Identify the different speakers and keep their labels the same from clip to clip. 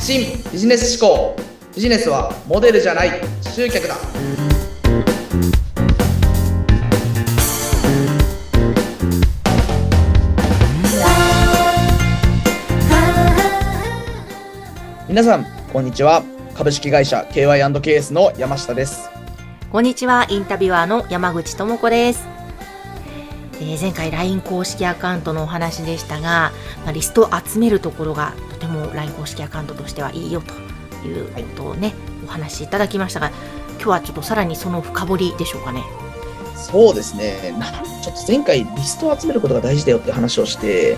Speaker 1: 新ビジネス思考ビジネスはモデルじゃない集客だ皆さんこんにちは株式会社 KY&KS の山下です
Speaker 2: こんにちは、インタビュアーの山口智子です。えー前回 LINE 公式アカウントのお話でしたが、まあ、リストを集めるところがとても LINE 公式アカウントとしてはいいよということをね、お話しいただきましたが、今日はちょっとさらにその深掘りでしょうかね。
Speaker 1: そうですねなちょっと前回リストを集めることが大事だよって話をして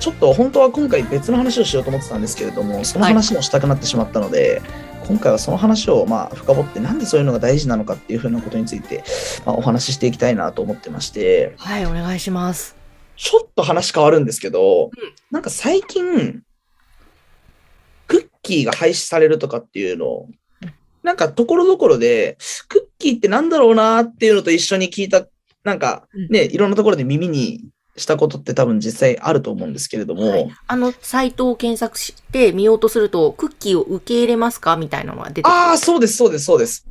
Speaker 1: ちょっと本当は今回別の話をしようと思ってたんですけれどもその話もしたくなってしまったので、今回はその話をまあ深掘ってなんでそういうのが大事なのかっていうふうなことについて、まあ、お話ししていきたいなと思ってまして
Speaker 2: はい、お願いします。
Speaker 1: ちょっと話変わるんですけど、なんか最近、クッキーが廃止されるとかっていうのを、なんかところどころで、クッキーってなんだろうなっていうのと一緒に聞いた、なんかね、いろんなところで耳にしたことって多分実際あると思うんですけれども、
Speaker 2: はい、あの、サイトを検索して見ようとすると、クッキーを受け入れますかみたいなのが出てくる。
Speaker 1: ああ、そうです、そうです、そうです。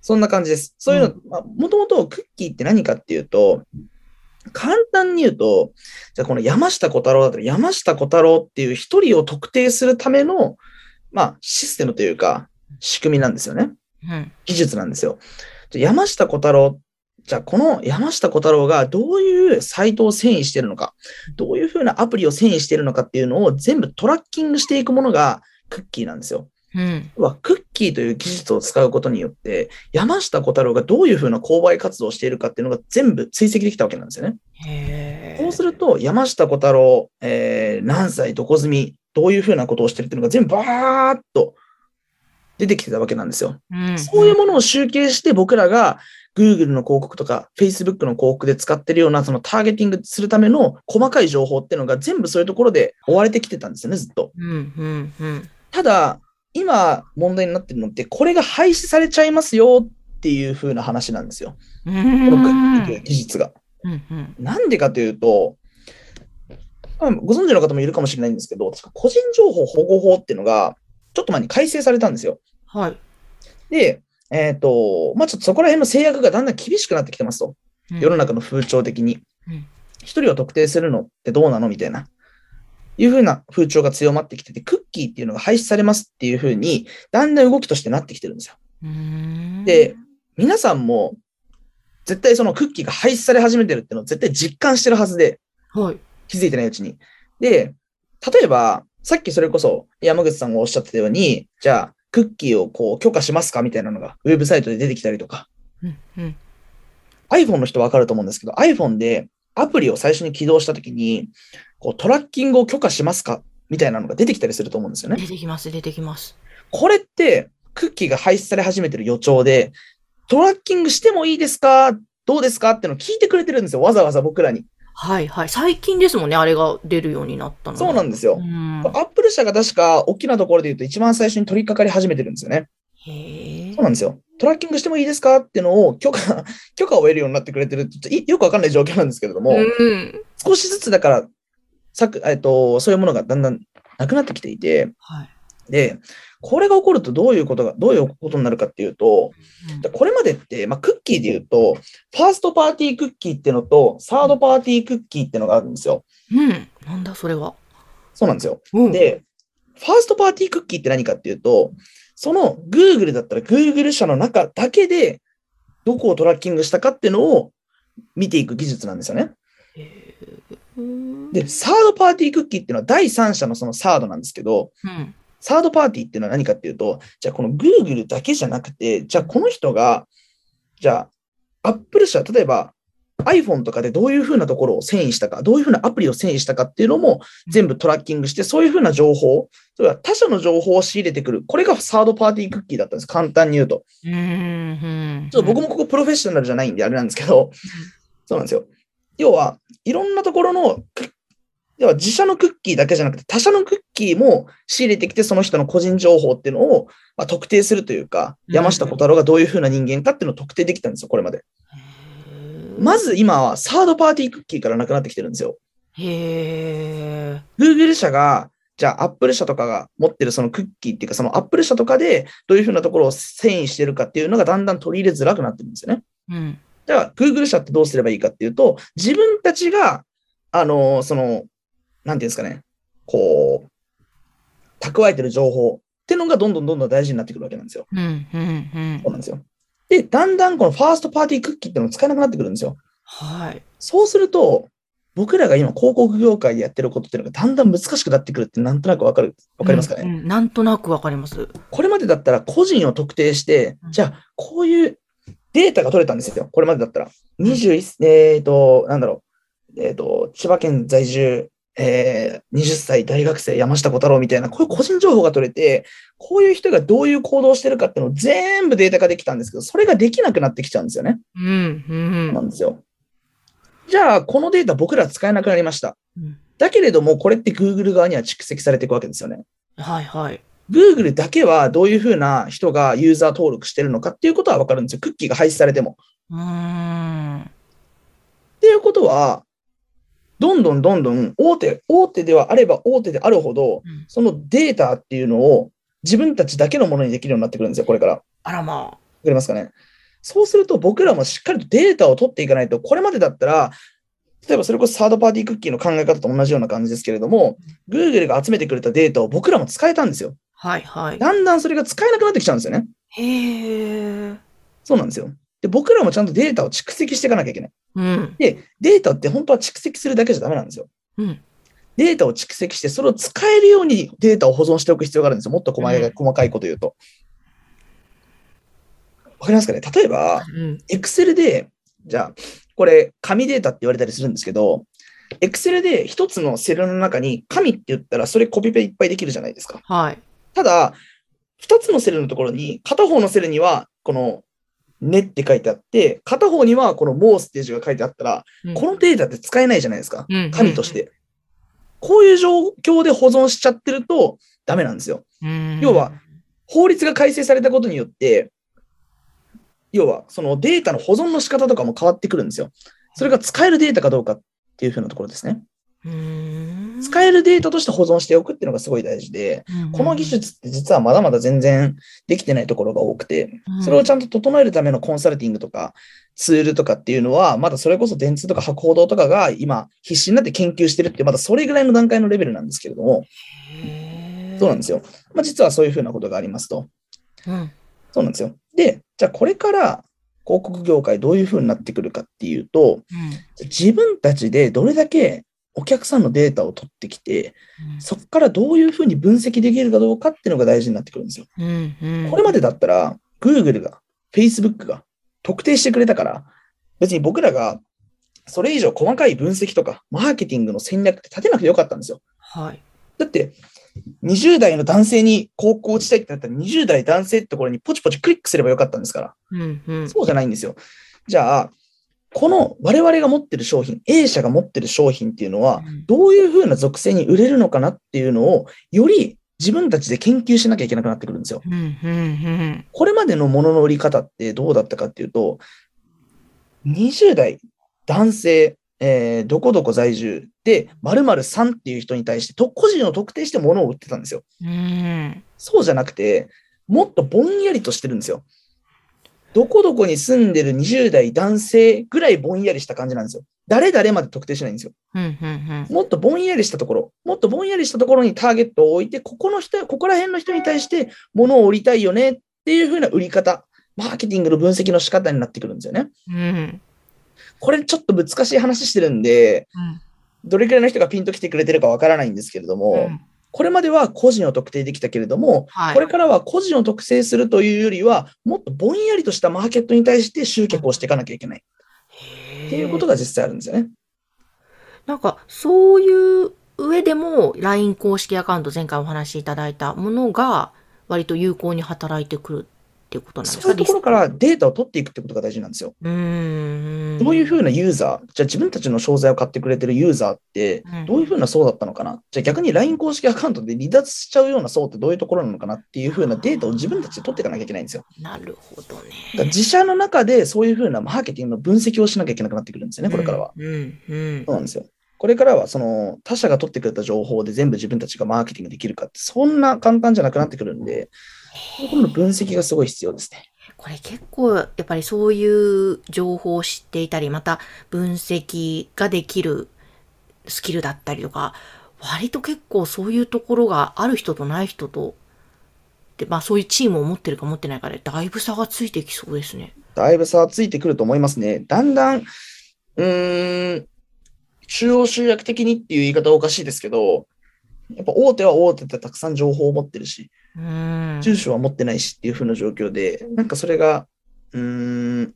Speaker 1: そんな感じです。そういうの、まあ、もともとクッキーって何かっていうと、簡単に言うと、じゃあこの山下小太郎だったら、山下小太郎っていう一人を特定するための、まあ、システムというか、仕組みなんですよね。
Speaker 2: うん。
Speaker 1: 技術なんですよ。じゃあ山下小太郎、じゃあこの山下小太郎がどういうサイトを遷移してるのか、どういうふうなアプリを遷移してるのかっていうのを全部トラッキングしていくものがクッキーなんですよ。
Speaker 2: うん。
Speaker 1: はクッキーという技術を使うことによって、山下小太郎がどういうふうな購買活動をしているかっていうのが全部追跡できたわけなんですよね。
Speaker 2: へ
Speaker 1: そうすると、山下小太郎、えー何歳、どこ住み、どういうふうなことをしてるっていうのが全部バーっと出てきてたわけなんですよ。
Speaker 2: うん、
Speaker 1: そういうものを集計して僕らが Google の広告とか Facebook の広告で使ってるようなそのターゲティングするための細かい情報っていうのが全部そういうところで追われてきてたんですよね、ずっと。
Speaker 2: うん、うん、うん。
Speaker 1: ただ、今問題になってるのって、これが廃止されちゃいますよっていう風な話なんですよ。
Speaker 2: こ
Speaker 1: このクッキーという
Speaker 2: う
Speaker 1: 技術が。
Speaker 2: んうん
Speaker 1: なんでかというと、まあご存知の方もいるかもしれないんですけど、確か個人情報保護法っていうのが、ちょっと前に改正されたんですよ。
Speaker 2: はい。
Speaker 1: で、えっ、と、まあちょっとそこら辺の制約がだんだん厳しくなってきてますと。世の中の風潮的に
Speaker 2: うん。
Speaker 1: 一人を特定するのってどうなのみたいな。いうふうな風潮が強まってきてて、クッキーっていうのが廃止されますっていうふうに、だんだん動きとしてなってきてるんですよ。
Speaker 2: うん
Speaker 1: で、皆さんも、絶対そのクッキーが廃止され始めてるっていうのを絶対実感してるはずで、
Speaker 2: はい。
Speaker 1: 気づいてないうちに。で、例えば、さっきそれこそ山口さんがおっしゃってたように、じゃあ、クッキーをこう許可しますかみたいなのが、ウェブサイトで出てきたりとか、
Speaker 2: うんうん。
Speaker 1: iPhone の人わかると思うんですけど、iPhone でアプリを最初に起動したときにこう、トラッキングを許可しますかみたいなのが出てきたりすると思うんですよね。
Speaker 2: 出てきます、出てきます。
Speaker 1: これって、クッキーが廃止され始めてる予兆で、トラッキングしてもいいですかどうですかってのを聞いてくれてるんですよ。わざわざ僕らに。
Speaker 2: はいはい。最近ですもんね、あれが出るようになったの。
Speaker 1: そうなんですよ。
Speaker 2: うん
Speaker 1: アップル社が確か大きなところで言うと一番最初に取り掛かり始めてるんですよね。
Speaker 2: へえ
Speaker 1: そう。なんですよ。トラッキングしてもいいですかってのを許可、 許可を得るようになってくれてるってちょっといよくわかんない状況なんですけれども、
Speaker 2: うん。
Speaker 1: 少しずつだから、さくえっと、そういうものがだんだんなくなってきていて、
Speaker 2: はい。
Speaker 1: で、これが起こるとどういうことが、どういうことになるかっていうと、
Speaker 2: うん
Speaker 1: でこれまでって、まあ、クッキーで言うと、ファーストパーティークッキーってのと、サードパーティークッキーってのがあるんですよ。
Speaker 2: うん。なんだ、それは。
Speaker 1: そうなんですよ。
Speaker 2: うん、
Speaker 1: で、ファーストパーティークッキーって何かっていうと、その Google だったら Google 社の中だけで、どこをトラッキングしたかっていうのを見ていく技術なんですよね。
Speaker 2: へー
Speaker 1: で、サードパーティークッキーっていうのは第三者のそのサードなんですけど、
Speaker 2: うん。
Speaker 1: サードパーティーっていうのは何かっていうと、じゃあこの Google だけじゃなくて、じゃあこの人が、じゃあ Apple 社、例えば iPhone とかでどういうふうなところを遷移したか、どういうふうなアプリを遷移したかっていうのも全部トラッキングして、そういうふうな情報、それは他社の情報を仕入れてくる。これがサードパーティークッキーだったんです。簡単に言うと。
Speaker 2: うんうん。
Speaker 1: ちょっと僕もここプロフェッショナルじゃないんであれなんですけど、そうなんですよ。要は、いろんなところのクッ、要は自社のクッキーだけじゃなくて、他社のクッキーも仕入れてきて、その人の個人情報っていうのを、まあ、特定するというか、
Speaker 2: うん
Speaker 1: 山下小太郎がどういうふうな人間かっていうのを特定できたんですよ、これまで。
Speaker 2: うん。
Speaker 1: まず今はサードパーティークッキーからなくなってきてるんですよ。
Speaker 2: へえ。
Speaker 1: Google 社が、じゃあ Apple 社とかが持ってるそのクッキーっていうか、その Apple 社とかでどういうふうなところを遷移してるかっていうのがだんだん取り入れづらくなってるんですよね。
Speaker 2: うん。
Speaker 1: じゃあ Google 社ってどうすればいいかっていうと、自分たちが、あのその、なんていうんですかね、こう、蓄えてる情報ってのがどんどんどんどん大事になってくるわけなんですよ。
Speaker 2: うん。うん。うん
Speaker 1: そう。なんですよ。で、だんだんこのファーストパーティークッキーってのを使えなくなってくるんですよ。
Speaker 2: はい。
Speaker 1: そうすると、僕らが今広告業界でやってることっていうのがだんだん難しくなってくるってなんとなくわかる、わかりますかね、
Speaker 2: うんうんなんとなくわかります。
Speaker 1: これまでだったら個人を特定して
Speaker 2: うん、
Speaker 1: じゃあこういうデータが取れたんですよ。これまでだったら。21、えっと、なんだろう。えっ、と、千葉県在住、えー20歳大学生山下小太郎みたいな、こういう個人情報が取れて、こういう人がどういう行動をしてるかっていうのを全部データ化できたんですけど、それができなくなってきちゃうんですよね。
Speaker 2: うん。うん
Speaker 1: なんですよ。じゃあ、このデータ僕ら使えなくなりました。
Speaker 2: うん。
Speaker 1: だけれども、これって Google 側には蓄積されていくわけですよね。
Speaker 2: はい。はい。
Speaker 1: Google だけはどういうふうな人がユーザー登録してるのかっていうことはわかるんですよ。クッキーが廃止されても。
Speaker 2: うーん。
Speaker 1: っていうことは、どんどんどんどん大手、大手ではあれば大手であるほど、
Speaker 2: うん
Speaker 1: そのデータっていうのを自分たちだけのものにできるようになってくるんですよ、これから。わか
Speaker 2: あらま
Speaker 1: りますかね。そうすると僕らもしっかりとデータを取っていかないと、これまでだったら、例えばそれこそサードパーティークッキーの考え方と同じような感じですけれども、Google が集めてくれたデータを僕らも使えたんですよ。
Speaker 2: あ。はい。はい。
Speaker 1: だんだんそれが使えなくなってきちゃうんですよね。
Speaker 2: へえ。
Speaker 1: そうなんですよ。で、僕らもちゃんとデータを蓄積していかなきゃいけない。
Speaker 2: うん。
Speaker 1: で、データって本当は蓄積するだけじゃダメなんですよ。
Speaker 2: うん。
Speaker 1: データを蓄積して、それを使えるようにデータを保存しておく必要があるんですよ。もっと細かい,、
Speaker 2: うん
Speaker 1: 細かいこと言うと。わかりますかね例えば、
Speaker 2: うん。
Speaker 1: Excel で、じゃあ、これ、紙データって言われたりするんですけど、Excel で一つのセルの中に紙って言ったら、それコピペいっぱいできるじゃないですか。
Speaker 2: はい。
Speaker 1: ただ、二つのセルのところに、片方のセルには、この、ねって書いてあって、片方にはこのモースっていう字が書いてあったら、
Speaker 2: うん
Speaker 1: このデータって使えないじゃないですか。
Speaker 2: うん
Speaker 1: 紙とし。て。こういう状況で保存しちゃってるとダメなんですよ。
Speaker 2: うん
Speaker 1: 要は、法律が改正されたことによって、要はそのデータの保存の仕方とかも変わってくるんですよ。それが使えるデータかどうかっていうふうなところですね。
Speaker 2: うーん
Speaker 1: 使えるデータとして保存しておくっていうのがすごい大事で、この技、術って実はまだまだ全然できてないところが多くて、それをち
Speaker 2: ゃ
Speaker 1: ゃんと整えるためのコンサルティングとかツールとかっていうのは、まだそれこそ電通とか博報堂とかが今必死になって研究してるって、まだそれぐらいの段階のレベルなんですけれども、そうなんですよ。まあ、実はそういうふうなことがありますと。
Speaker 2: す。うん
Speaker 1: そうなんですよ。で、じゃあこれから広告業界どういうふうになってくるかっていうと、自分たちでどれだけお客さんのデータを取ってきて、そこからどういうふうに分析できるかどうかっていうのが大事になってくるんですよ。
Speaker 2: うんうん
Speaker 1: これまでだったら、Google が、Facebook が特定してくれたから、別に僕らがそれ以上細かい分析とか、マーケティングの戦略って立てなくてよかったんですよ。
Speaker 2: はい。
Speaker 1: だって、20代の男性に高校地帯ってなったら、20代男性ってところにポチポチクリックすればよかったんですから、
Speaker 2: うんうん
Speaker 1: そうじゃないんですよ。じゃあ、この我々が持ってる商品、A 社が持ってる商品っていうのは、どういうふうな属性に売れるのかなっていうのを、より自分たちで研究しなきゃいけなくなってくるんですよ。
Speaker 2: うんうんうん
Speaker 1: これまでのものの売り方ってどうだったかっていうと、20代男性、えーどこどこ在住で、〇〇さんっていう人に対して、と個人を特定して物を売ってたんですよ。
Speaker 2: うん
Speaker 1: そうじゃなくて、もっとぼんやりとしてるんですよ。どこどこに住んでる20代男性ぐらいぼんやりした感じなんですよ。誰々まで特定しないんですよ。
Speaker 2: うんうん
Speaker 1: もっとぼんやりしたところ、もっとぼんやりしたところにターゲットを置いて、ここの人、ここら辺の人に対して物を売りたいよねっていう風な売り方、マーケティングの分析の仕方になってくるんですよね。
Speaker 2: うん
Speaker 1: これちょっと難しい話してるんで、どれくらいの人がピンと来てくれてるかわからないんですけれども、
Speaker 2: うん
Speaker 1: これまでは個人を特定できたけれども、
Speaker 2: はい
Speaker 1: これからは個人を特定するというよりは、もっとぼんやりとしたマーケットに対して集客をしていかなきゃいけないっていうことが実際あるんですよね。
Speaker 2: なんか、そういう上でも、LINE 公式アカウント、前回お話しいただいたものが、割と有効に働いてくるっていうことなんですか
Speaker 1: そういうところからデータを取っていくってことが大事なんですよ。
Speaker 2: うーん。
Speaker 1: どういうふうなユーザー、じゃあ自分たちの商材を買ってくれてるユーザーって
Speaker 2: うん、
Speaker 1: どういうふうな層だったのかな、じゃあ逆に LINE 公式アカウントで離脱しちゃうような層ってどういうところなのかなっていうふうなデータを自分たちで取っていかなきゃいけないんですよ。
Speaker 2: なるほどね。
Speaker 1: だから自社の中でそういうふうなマーケティングの分析をしなきゃいけなくなってくるんですよね、これからは。
Speaker 2: うんうん
Speaker 1: そうなんですよ。これからはその他社が取ってくれた情報で全部自分たちがマーケティングできるかって、そんな簡単じゃなくなってくるんで、こういうところの分析がすごい必要ですね。
Speaker 2: これ結構やっぱりそういう情報を知っていたり、また分析ができるスキルだったりとか、割と結構そういうところがある人とない人と、で、まあそういうチームを持ってるか持ってないかで、だいぶ差がついてきそうですね。
Speaker 1: だいぶ差はついてくると思いますね。だんだん、うーん、中央集約的にっていう言い方はおかしいですけど、やっぱ大手は大手ってたくさん情報を持ってるし、
Speaker 2: うーん。
Speaker 1: 住所は持ってないしっていう風な状況で、なんかそれが、うーん、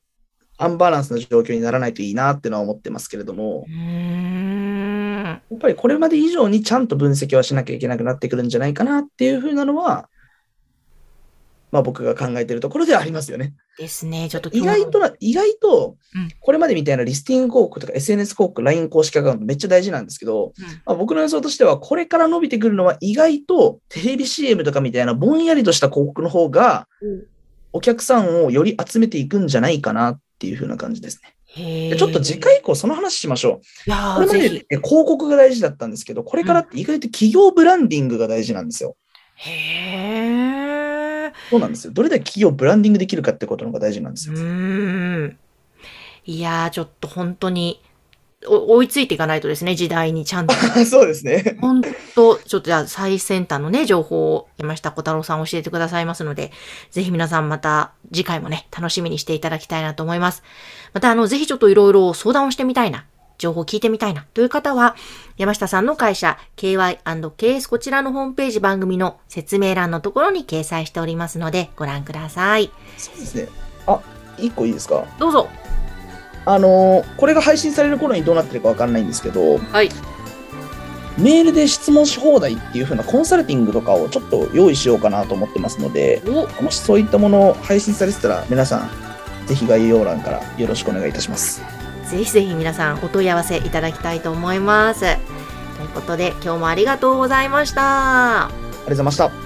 Speaker 1: アンバランスな状況にならないといいなってのは思ってますけれども
Speaker 2: う、ーん。
Speaker 1: やっぱりこれまで以上にちゃんと分析はしなきゃいけなくなってくるんじゃないかなっていう風なのは、まあ僕が考えてるところではありますよね。
Speaker 2: ですね。ちょっと
Speaker 1: 意
Speaker 2: 今日
Speaker 1: 外とな、意外と
Speaker 2: うん、
Speaker 1: これまでみたいなリスティング広告とか SNS 広告、LINE 公式アカウントめっちゃ大事なんですけど、
Speaker 2: うん
Speaker 1: まあ、僕の予想としては、これから伸びてくるのは意外とテレビ CM とかみたいなぼんやりとした広告の方が
Speaker 2: うん、
Speaker 1: お客さんをより集めていくんじゃないかなっていう風な感じですね。
Speaker 2: へ
Speaker 1: で
Speaker 2: ー
Speaker 1: ちょっと次回以降その話しましょう。
Speaker 2: いや
Speaker 1: これま
Speaker 2: ーぜ
Speaker 1: でっ
Speaker 2: ひ。
Speaker 1: て広告が大事だったんですけど、これからって意外と企業ブランディングが大事なんですよ。
Speaker 2: へー。
Speaker 1: そうなんですよ。どれだけ企業をブランディングできるかってことの方が大事なんです
Speaker 2: う
Speaker 1: よ。
Speaker 2: ーん。いやー、ちょっと本当に、お追いついていかないとですね、時代にちゃんと。
Speaker 1: そうですね。
Speaker 2: 本当、ちょっとじゃあ最先端のね、情報を山下小太郎さん教えてくださいますので、ぜひ皆さんまた次回もね、楽しみにしていただきたいなと思います。またあの、ぜひちょっといろいろ相談をしてみたいな、情報を聞いてみたいなという方は、山下さんの会社 KY&KS こちらのホームページ番組の説明欄のところに掲載しておりますので、ご覧ください。
Speaker 1: そうですね。あ、一個いいですか
Speaker 2: どうぞ。
Speaker 1: あのーこれが配信される頃にどうなってるかわかんないんですけど、
Speaker 2: はい。
Speaker 1: メールで質問し放題っていう風なコンサルティングとかをちょっと用意しようかなと思ってますので、
Speaker 2: お、
Speaker 1: もしそういったものを配信されてたら、皆さん、ぜひ概要欄からよろしくお願いいたします。
Speaker 2: ぜひぜひ皆さんお問い合わせいただきたいと思います。ということで今日もありがとうございました。
Speaker 1: ありがとうございました。